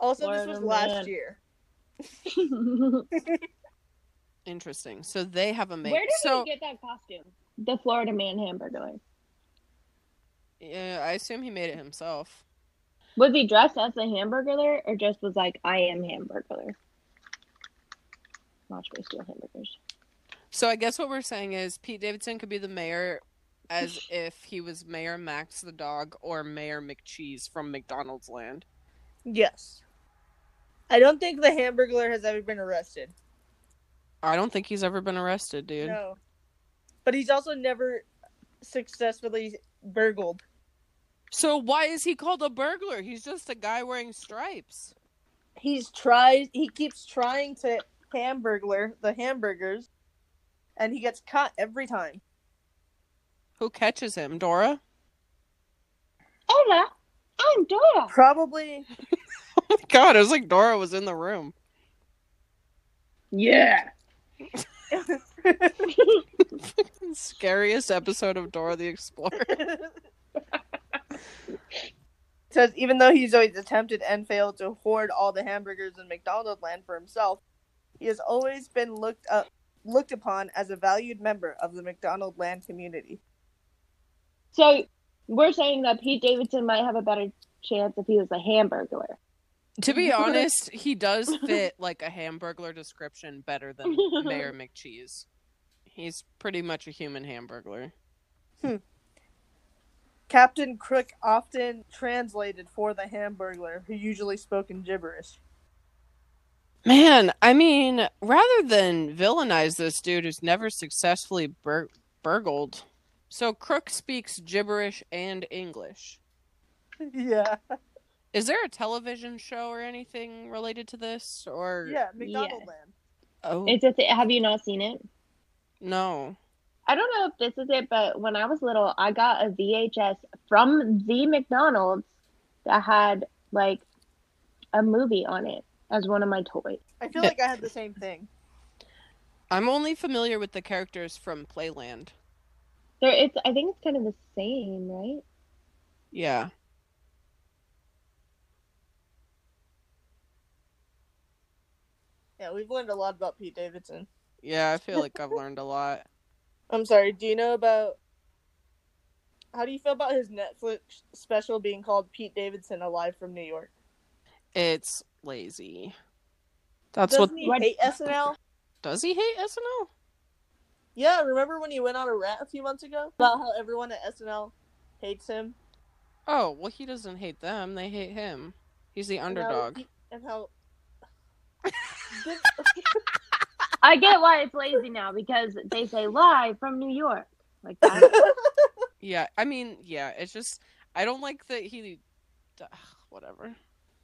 [SPEAKER 4] Also, this was
[SPEAKER 2] Florida
[SPEAKER 4] last
[SPEAKER 2] man.
[SPEAKER 4] year.
[SPEAKER 2] Where
[SPEAKER 3] Interesting. So they have a mate.
[SPEAKER 2] did
[SPEAKER 3] so
[SPEAKER 2] you get that costume? The Florida Man hamburger.
[SPEAKER 3] yeah, I assume he made it himself.
[SPEAKER 2] Was he dressed as a hamburger or just was like, I am hamburger? Watch me steal hamburgers.
[SPEAKER 3] So I guess what we're saying is Pete Davidson could be the mayor as if he was Mayor Max the dog or Mayor McCheese from McDonald's land.
[SPEAKER 4] Yes. I don't think the hamburglar has ever been arrested.
[SPEAKER 3] I don't think he's ever been arrested, dude.
[SPEAKER 4] No. But he's also never successfully burgled.
[SPEAKER 3] So why is he called a burglar? He's just a guy wearing stripes.
[SPEAKER 4] He's tried he keeps trying to hamburglar the hamburgers and he gets caught every time.
[SPEAKER 3] Who catches him? Dora? [laughs]
[SPEAKER 2] Hola, I'm Dora.
[SPEAKER 4] Probably [laughs]
[SPEAKER 3] Oh my god, it was like Dora was in the room.
[SPEAKER 2] Yeah.
[SPEAKER 3] Scariest episode of Dora the Explorer.
[SPEAKER 4] says even though he's always attempted and failed to hoard all the hamburgers in McDonald land for himself, he has always been looked up looked upon as a valued member of the McDonald land community.
[SPEAKER 2] So we're saying that Pete Davidson might have a better chance if he was a hamburglar.
[SPEAKER 3] to be honest, he does fit like a hamburglar description better than Mayor McCheese. He's pretty much a human hamburglar.
[SPEAKER 4] Captain Crook often translated for the hamburglar, who usually spoke in gibberish.
[SPEAKER 3] Man, I mean, rather than villainize this dude who's never successfully bur- burgled, so Crook speaks gibberish and English.
[SPEAKER 4] yeah.
[SPEAKER 3] Is there a television show or anything related to this? Or
[SPEAKER 4] Yeah, McDonald land.
[SPEAKER 3] Oh
[SPEAKER 2] It's a th- have you not seen it?
[SPEAKER 3] no.
[SPEAKER 2] I don't know if this is it, but when I was little, I got a VHS from the McDonald's that had like a movie on it as one of my toys.
[SPEAKER 4] I feel like I had the same thing.
[SPEAKER 3] I'm only familiar with the characters from Playland.
[SPEAKER 2] There, it's I think it's kind of the same, right?
[SPEAKER 3] Yeah.
[SPEAKER 4] Yeah, we've learned a lot about Pete Davidson.
[SPEAKER 3] Yeah, I feel like I've learned a lot.
[SPEAKER 4] I'm sorry. Do you know about? How do you feel about his Netflix special being called Pete Davidson Alive from New York?
[SPEAKER 3] It's lazy. That's
[SPEAKER 4] Doesn't
[SPEAKER 3] what
[SPEAKER 4] he
[SPEAKER 2] what-
[SPEAKER 4] hate SNL?
[SPEAKER 3] does he hate SNL?
[SPEAKER 4] Yeah, remember when he went on a rant a few months ago about how everyone at SNL hates him?
[SPEAKER 3] Oh, well he doesn't hate them, they hate him. He's the
[SPEAKER 4] And how
[SPEAKER 3] underdog.
[SPEAKER 4] he- And how. [laughs] Did-
[SPEAKER 2] I get why it's lazy now because they say live from New York
[SPEAKER 3] [laughs]
[SPEAKER 2] like that.
[SPEAKER 3] Yeah, I mean, yeah, it's just I don't like that he ugh, whatever.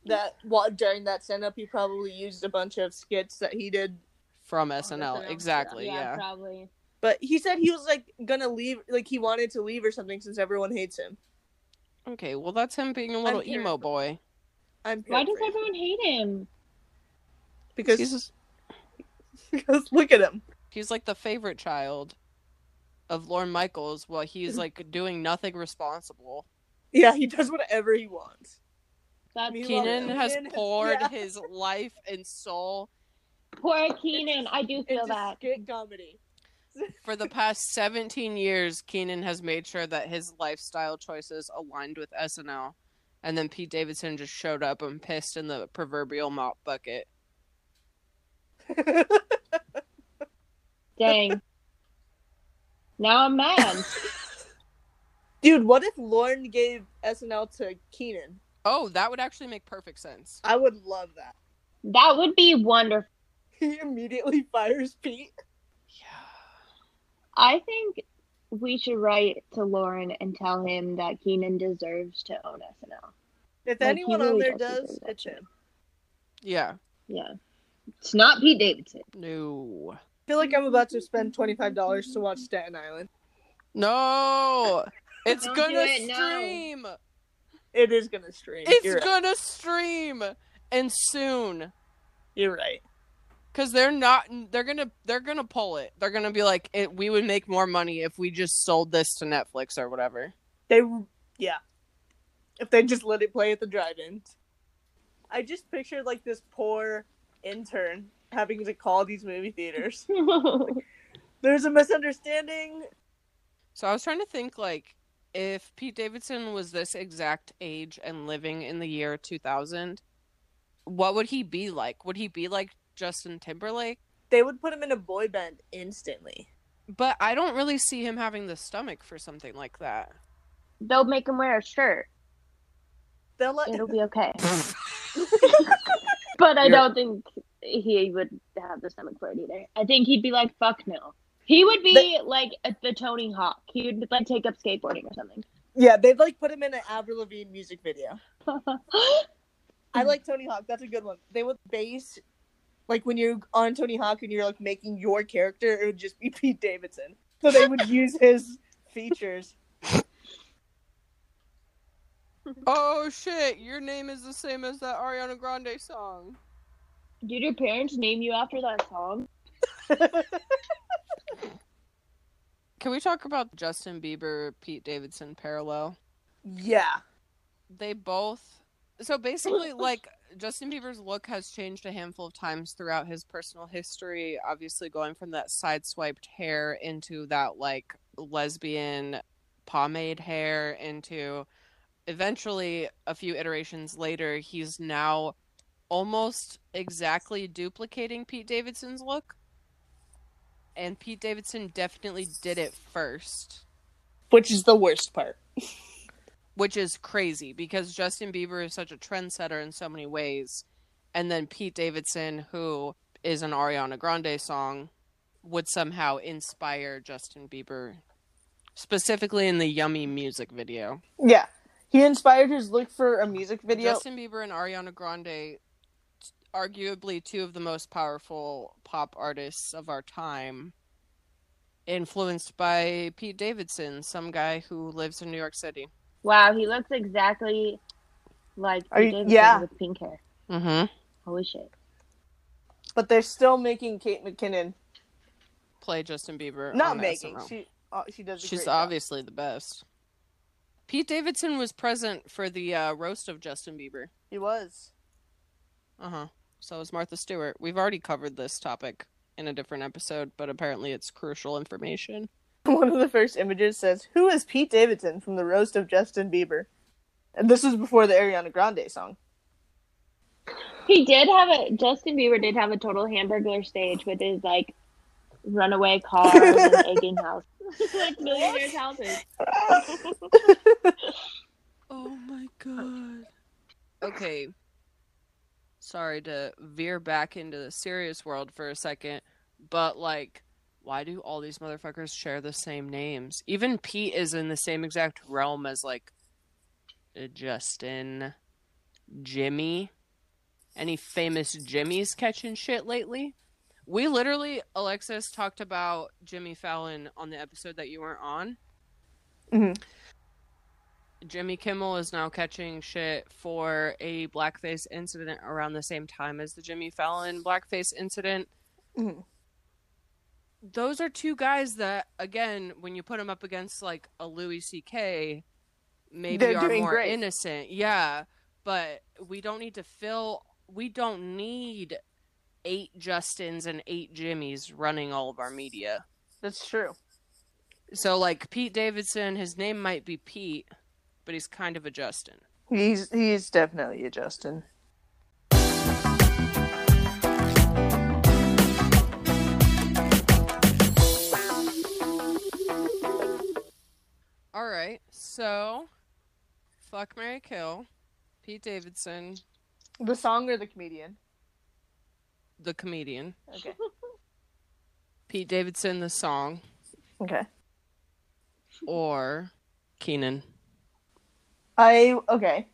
[SPEAKER 4] that while during that stand up, he probably used a bunch of skits that he did.
[SPEAKER 3] From SNL. Exactly, yeah.
[SPEAKER 2] probably.
[SPEAKER 4] But he said he was like gonna leave, like he wanted to leave or something since everyone hates him.
[SPEAKER 3] Okay, well that's him being a little emo
[SPEAKER 4] paraphrasing.
[SPEAKER 3] boy.
[SPEAKER 4] I'm
[SPEAKER 2] Why does
[SPEAKER 4] paraphrasing.
[SPEAKER 2] everyone hate him?
[SPEAKER 4] because
[SPEAKER 3] He's just-
[SPEAKER 4] [laughs] because look at him.
[SPEAKER 3] He's like the favorite child of Lorne Michaels while
[SPEAKER 4] [laughs]
[SPEAKER 3] he's like doing nothing responsible.
[SPEAKER 4] Yeah, he does whatever he wants.
[SPEAKER 2] That's
[SPEAKER 4] Me He loves
[SPEAKER 3] Keenan
[SPEAKER 4] him.
[SPEAKER 3] has
[SPEAKER 4] Keenan-
[SPEAKER 3] poured
[SPEAKER 4] yeah. [laughs]
[SPEAKER 3] his life and soul
[SPEAKER 2] [laughs] poor Keenan. I do feel
[SPEAKER 4] It's
[SPEAKER 2] that.
[SPEAKER 4] [laughs] just skit comedy.
[SPEAKER 3] for the past 17 years. Keenan has made sure that his lifestyle choices aligned with SNL. And then Pete Davidson just showed up and pissed in the proverbial mop bucket.
[SPEAKER 2] Dang. now I'm mad.
[SPEAKER 4] Dude, what if Lauren gave SNL to Keenan?
[SPEAKER 3] Oh, that would actually make perfect sense.
[SPEAKER 4] I would love that. [laughs]
[SPEAKER 2] that would be wonderful.
[SPEAKER 4] He immediately fires Pete.
[SPEAKER 3] Yeah.
[SPEAKER 2] I think we should write to Lauren and tell him that Keenan deserves to own SNL.
[SPEAKER 4] If
[SPEAKER 2] Like, he
[SPEAKER 4] anyone on
[SPEAKER 2] really
[SPEAKER 4] there
[SPEAKER 2] does
[SPEAKER 4] does,
[SPEAKER 2] deserve
[SPEAKER 4] it's
[SPEAKER 2] that.
[SPEAKER 4] him.
[SPEAKER 3] Yeah.
[SPEAKER 2] Yeah. It's not Pete Davidson.
[SPEAKER 3] No.
[SPEAKER 4] I feel like I'm about to spend twenty five dollars to watch Staten Island.
[SPEAKER 3] No. It's
[SPEAKER 2] Don't do
[SPEAKER 3] gonna
[SPEAKER 2] it, no.
[SPEAKER 3] stream.
[SPEAKER 4] It is gonna stream.
[SPEAKER 3] It's
[SPEAKER 4] you're Right.
[SPEAKER 3] gonna stream. And soon.
[SPEAKER 4] You're right.
[SPEAKER 3] because they're not they're gonna they're gonna pull it they're gonna be like it, we would make more money if we just sold this to netflix or whatever
[SPEAKER 4] They, yeah. If they just let it play at the drive-ins, I just pictured like this poor intern having to call these movie theaters. [laughs] There's a misunderstanding.
[SPEAKER 3] so i was trying to think like if pete davidson was this exact age and living in the year 2000 what would he be like would he be like justin timberlake
[SPEAKER 4] They would put him in a boy band instantly.
[SPEAKER 3] but i don't really see him having the stomach for something like that
[SPEAKER 2] [laughs] They'll make him wear a shirt.
[SPEAKER 4] They'll let
[SPEAKER 2] It'll be okay. But I
[SPEAKER 3] You're-
[SPEAKER 2] don't think he would have the stomach for it either. I think he'd be like, fuck no. He would be like a, the Tony Hawk. He would like take up skateboarding or something. [laughs]
[SPEAKER 4] yeah, they'd like put him in an Avril Lavigne music video. I
[SPEAKER 2] Mhm.
[SPEAKER 4] like Tony Hawk. That's a good one. They would base like when you're on Tony Hawk and you're like making your character, it would just be [laughs] Pete Davidson. So they would use [laughs] his features.
[SPEAKER 3] [laughs] oh shit your name is the same as that ariana grande song
[SPEAKER 2] Did your parents name you after that song?
[SPEAKER 3] Can we talk about Justin Bieber, Pete Davidson parallel?
[SPEAKER 4] Yeah.
[SPEAKER 3] They both so basically like Justin Bieber's look has changed a handful of times throughout his personal history, obviously going from that sideswiped hair into that like lesbian pomade hair into eventually a few iterations later he's now almost exactly duplicating Pete Davidson's look. And Pete Davidson definitely did it first
[SPEAKER 4] Which is the worst part.
[SPEAKER 3] which is crazy because Justin Bieber is such a trendsetter in so many ways. And then Pete Davidson, who is an Ariana Grande song, would somehow inspire Justin Bieber, specifically in the Yummy music video.
[SPEAKER 4] Yeah. He inspired his look for a music video.
[SPEAKER 3] Justin Bieber and Ariana Grande arguably two of the most powerful pop artists of our time, influenced by Pete Davidson, some guy who lives in New York City.
[SPEAKER 2] Wow, he looks exactly like
[SPEAKER 4] Are
[SPEAKER 2] Pete
[SPEAKER 4] you-
[SPEAKER 2] Davidson
[SPEAKER 4] yeah.
[SPEAKER 2] with pink hair.
[SPEAKER 3] Mm-hmm.
[SPEAKER 2] Holy shit.
[SPEAKER 4] But they're still making Kate McKinnon.
[SPEAKER 3] Play Justin Bieber.
[SPEAKER 4] Not
[SPEAKER 3] on
[SPEAKER 4] making.
[SPEAKER 3] SNL.
[SPEAKER 4] She uh, she does. A
[SPEAKER 3] She's
[SPEAKER 4] great job.
[SPEAKER 3] obviously the best. Pete Davidson was present for the uh, roast of Justin Bieber.
[SPEAKER 4] He was.
[SPEAKER 3] Uh
[SPEAKER 4] Uh-huh.
[SPEAKER 3] huh. So is Martha Stewart. We've already covered this topic in a different episode, but apparently it's crucial information.
[SPEAKER 4] [laughs] One of the first images says, "Who is Pete Davidson from the roast of Justin Bieber?" And this was before the Ariana Grande
[SPEAKER 2] [laughs]
[SPEAKER 4] song.
[SPEAKER 2] He did have a Justin Bieber did have a total hamburger stage with his like runaway car
[SPEAKER 4] [laughs]
[SPEAKER 2] and egging house. [laughs] like millionaires' houses.
[SPEAKER 3] Oh my god. Okay. Sorry to veer back into the serious world for a second, but like, why do all these motherfuckers share the same names? Even Pete is in the same exact realm as like uh, Justin, Jimmy. Any famous Jimmys catching shit lately? We literally, Alexis talked about Jimmy Fallon on the episode that you weren't on. Jimmy Kimmel is now catching shit for a blackface incident around the same time as the Jimmy Fallon blackface incident.
[SPEAKER 4] Mhm.
[SPEAKER 3] Those are two guys that, again, when you put them up against like a Louis C.K., maybe
[SPEAKER 4] They're
[SPEAKER 3] are
[SPEAKER 4] doing
[SPEAKER 3] more
[SPEAKER 4] great.
[SPEAKER 3] innocent. Yeah, but we don't need to fill. We don't need eight Justins and eight Jimmys running all of our media.
[SPEAKER 4] That's true.
[SPEAKER 3] So like Pete Davidson, his name might be Pete, but he's kind of a Justin.
[SPEAKER 4] He's he's definitely a Justin.
[SPEAKER 3] All right, so fuck Mary Kill, Pete Davidson,
[SPEAKER 4] The song or the comedian?
[SPEAKER 3] the comedian,
[SPEAKER 2] [laughs]
[SPEAKER 4] Okay.
[SPEAKER 3] Pete Davidson, the song,
[SPEAKER 4] Okay.
[SPEAKER 3] or Keenan.
[SPEAKER 4] I okay.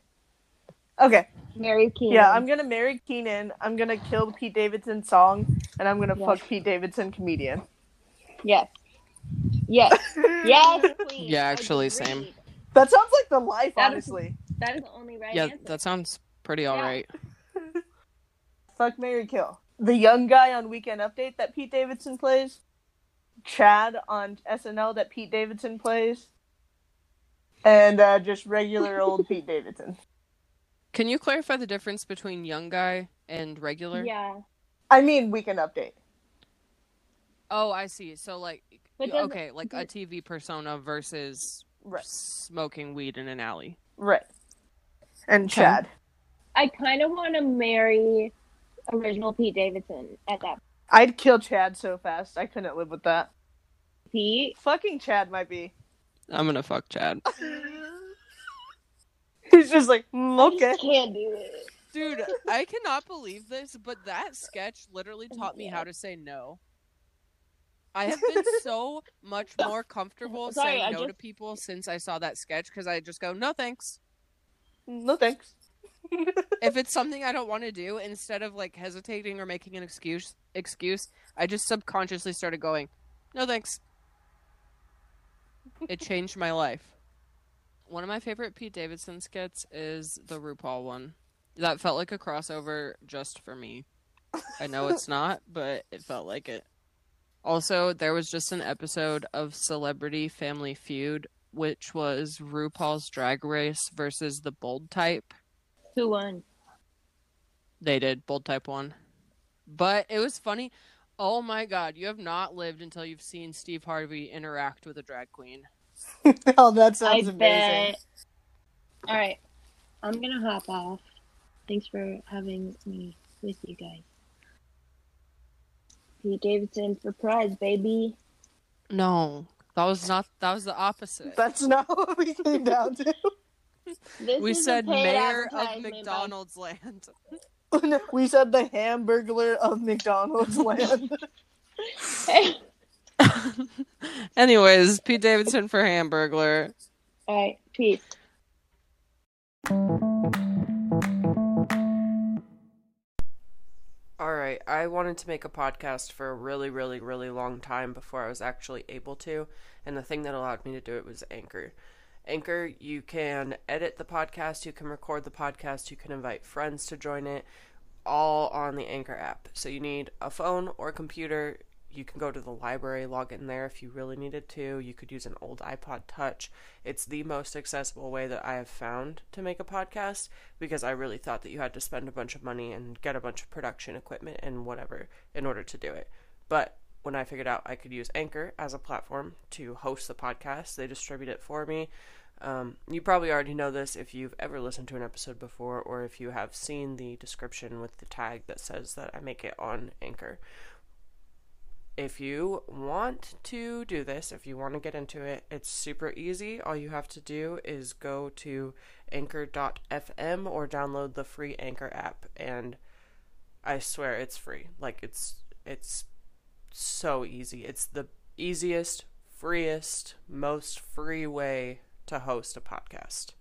[SPEAKER 4] Okay.
[SPEAKER 2] Mary Keenan.
[SPEAKER 4] Yeah, I'm gonna marry Keenan. I'm gonna kill Pete Davidson song, and I'm gonna
[SPEAKER 2] Yeah.
[SPEAKER 4] fuck Pete Davidson comedian.
[SPEAKER 2] Yes. Yes.
[SPEAKER 4] [laughs]
[SPEAKER 2] Yes, queen.
[SPEAKER 3] Yeah, actually,
[SPEAKER 2] Agreed.
[SPEAKER 3] same.
[SPEAKER 4] That sounds like the life,
[SPEAKER 2] That is-
[SPEAKER 4] honestly.
[SPEAKER 2] That is the only right
[SPEAKER 3] Yeah,
[SPEAKER 2] answer.
[SPEAKER 3] that sounds pretty all
[SPEAKER 2] Yeah.
[SPEAKER 3] right.
[SPEAKER 4] Fuck Mary Kill. The young guy on Weekend Update that Pete Davidson plays. Chad on SNL that Pete Davidson plays. And uh, just regular old Pete Davidson.
[SPEAKER 3] Can you clarify the difference between young guy and regular?
[SPEAKER 2] Yeah.
[SPEAKER 4] I mean Weekend Update.
[SPEAKER 3] Oh, I see. So like,
[SPEAKER 2] But does-
[SPEAKER 3] okay, like a TV persona versus
[SPEAKER 4] Right.
[SPEAKER 3] smoking weed in an alley.
[SPEAKER 4] Right. And
[SPEAKER 3] Okay.
[SPEAKER 4] Chad.
[SPEAKER 2] I kind of want to marry original Pete Davidson at that
[SPEAKER 4] I'd kill Chad so fast. I couldn't live with that.
[SPEAKER 2] Pete.
[SPEAKER 4] Fucking Chad might be. [laughs]
[SPEAKER 3] I'm gonna fuck Chad.
[SPEAKER 4] He's just like, mm,
[SPEAKER 2] I
[SPEAKER 4] [laughs] okay.
[SPEAKER 2] just can't do it.
[SPEAKER 3] Dude, I cannot believe this, but that sketch
[SPEAKER 2] Oh
[SPEAKER 3] literally taught me how to say no. I have
[SPEAKER 2] [laughs]
[SPEAKER 3] been so much more comfortable
[SPEAKER 2] Sorry,
[SPEAKER 3] saying
[SPEAKER 2] I
[SPEAKER 3] no to
[SPEAKER 2] just-
[SPEAKER 3] people since I saw that sketch because I just go, no thanks.
[SPEAKER 4] No thanks.
[SPEAKER 3] If it's something I don't want to do, instead of like hesitating or making an excuse excuse, I just subconsciously started going, No thanks. It changed my life. One of my favorite Pete Davidson skits is the RuPaul one. That felt like a crossover just for me. I know it's not, but it felt like it. Also, there was just an episode of Celebrity Family Feud, which was RuPaul's Drag Race versus the Bold Type.
[SPEAKER 2] Who won?
[SPEAKER 3] They did bold type one, but it was funny. Oh my god, you have not lived until you've seen Steve Harvey interact with a drag queen.
[SPEAKER 4] [laughs] oh, that sounds
[SPEAKER 2] I
[SPEAKER 4] amazing.
[SPEAKER 2] bet. All right, I'm gonna hop off. Thanks for having me with you guys. Pete Davidson for prize, baby.
[SPEAKER 3] No, that was not. That was the opposite.
[SPEAKER 4] That's not [laughs] what we came down to. [laughs]
[SPEAKER 2] This
[SPEAKER 3] we
[SPEAKER 2] is a
[SPEAKER 3] said
[SPEAKER 2] paid
[SPEAKER 3] mayor of
[SPEAKER 2] advertisement by-
[SPEAKER 3] McDonald's land. [laughs]
[SPEAKER 4] we said the hamburglar of McDonald's [laughs] land.
[SPEAKER 3] Anyways, Pete Davidson for Hamburglar.
[SPEAKER 2] [laughs] All right, peace.
[SPEAKER 5] I wanted to make a podcast for a really, really, really long time before I was actually able to, and the thing that allowed me to do it was Anchor. Anchor, you can edit the podcast, you can record the podcast, you can invite friends to join it, all on the Anchor app. So you need a phone or a computer. You can go to the library, log in there if you really needed to. You could use an old iPod Touch. It's the most accessible way that I have found to make a podcast because I really thought that you had to spend a bunch of money and get a bunch of production equipment and whatever in order to do it. But when I figured out I could use Anchor as a platform to host the podcast, they distribute it for me. Um, you probably already know this if you've ever listened to an episode before, or if you have seen the description with the tag that says that I make it on Anchor. If you want to do this, if you want to get into it, it's super easy. All you have to do is go to anchor.fm or download the free Anchor app, and I swear it's free. Like, it's, it's so easy. It's the easiest, freest, most free way to host a podcast.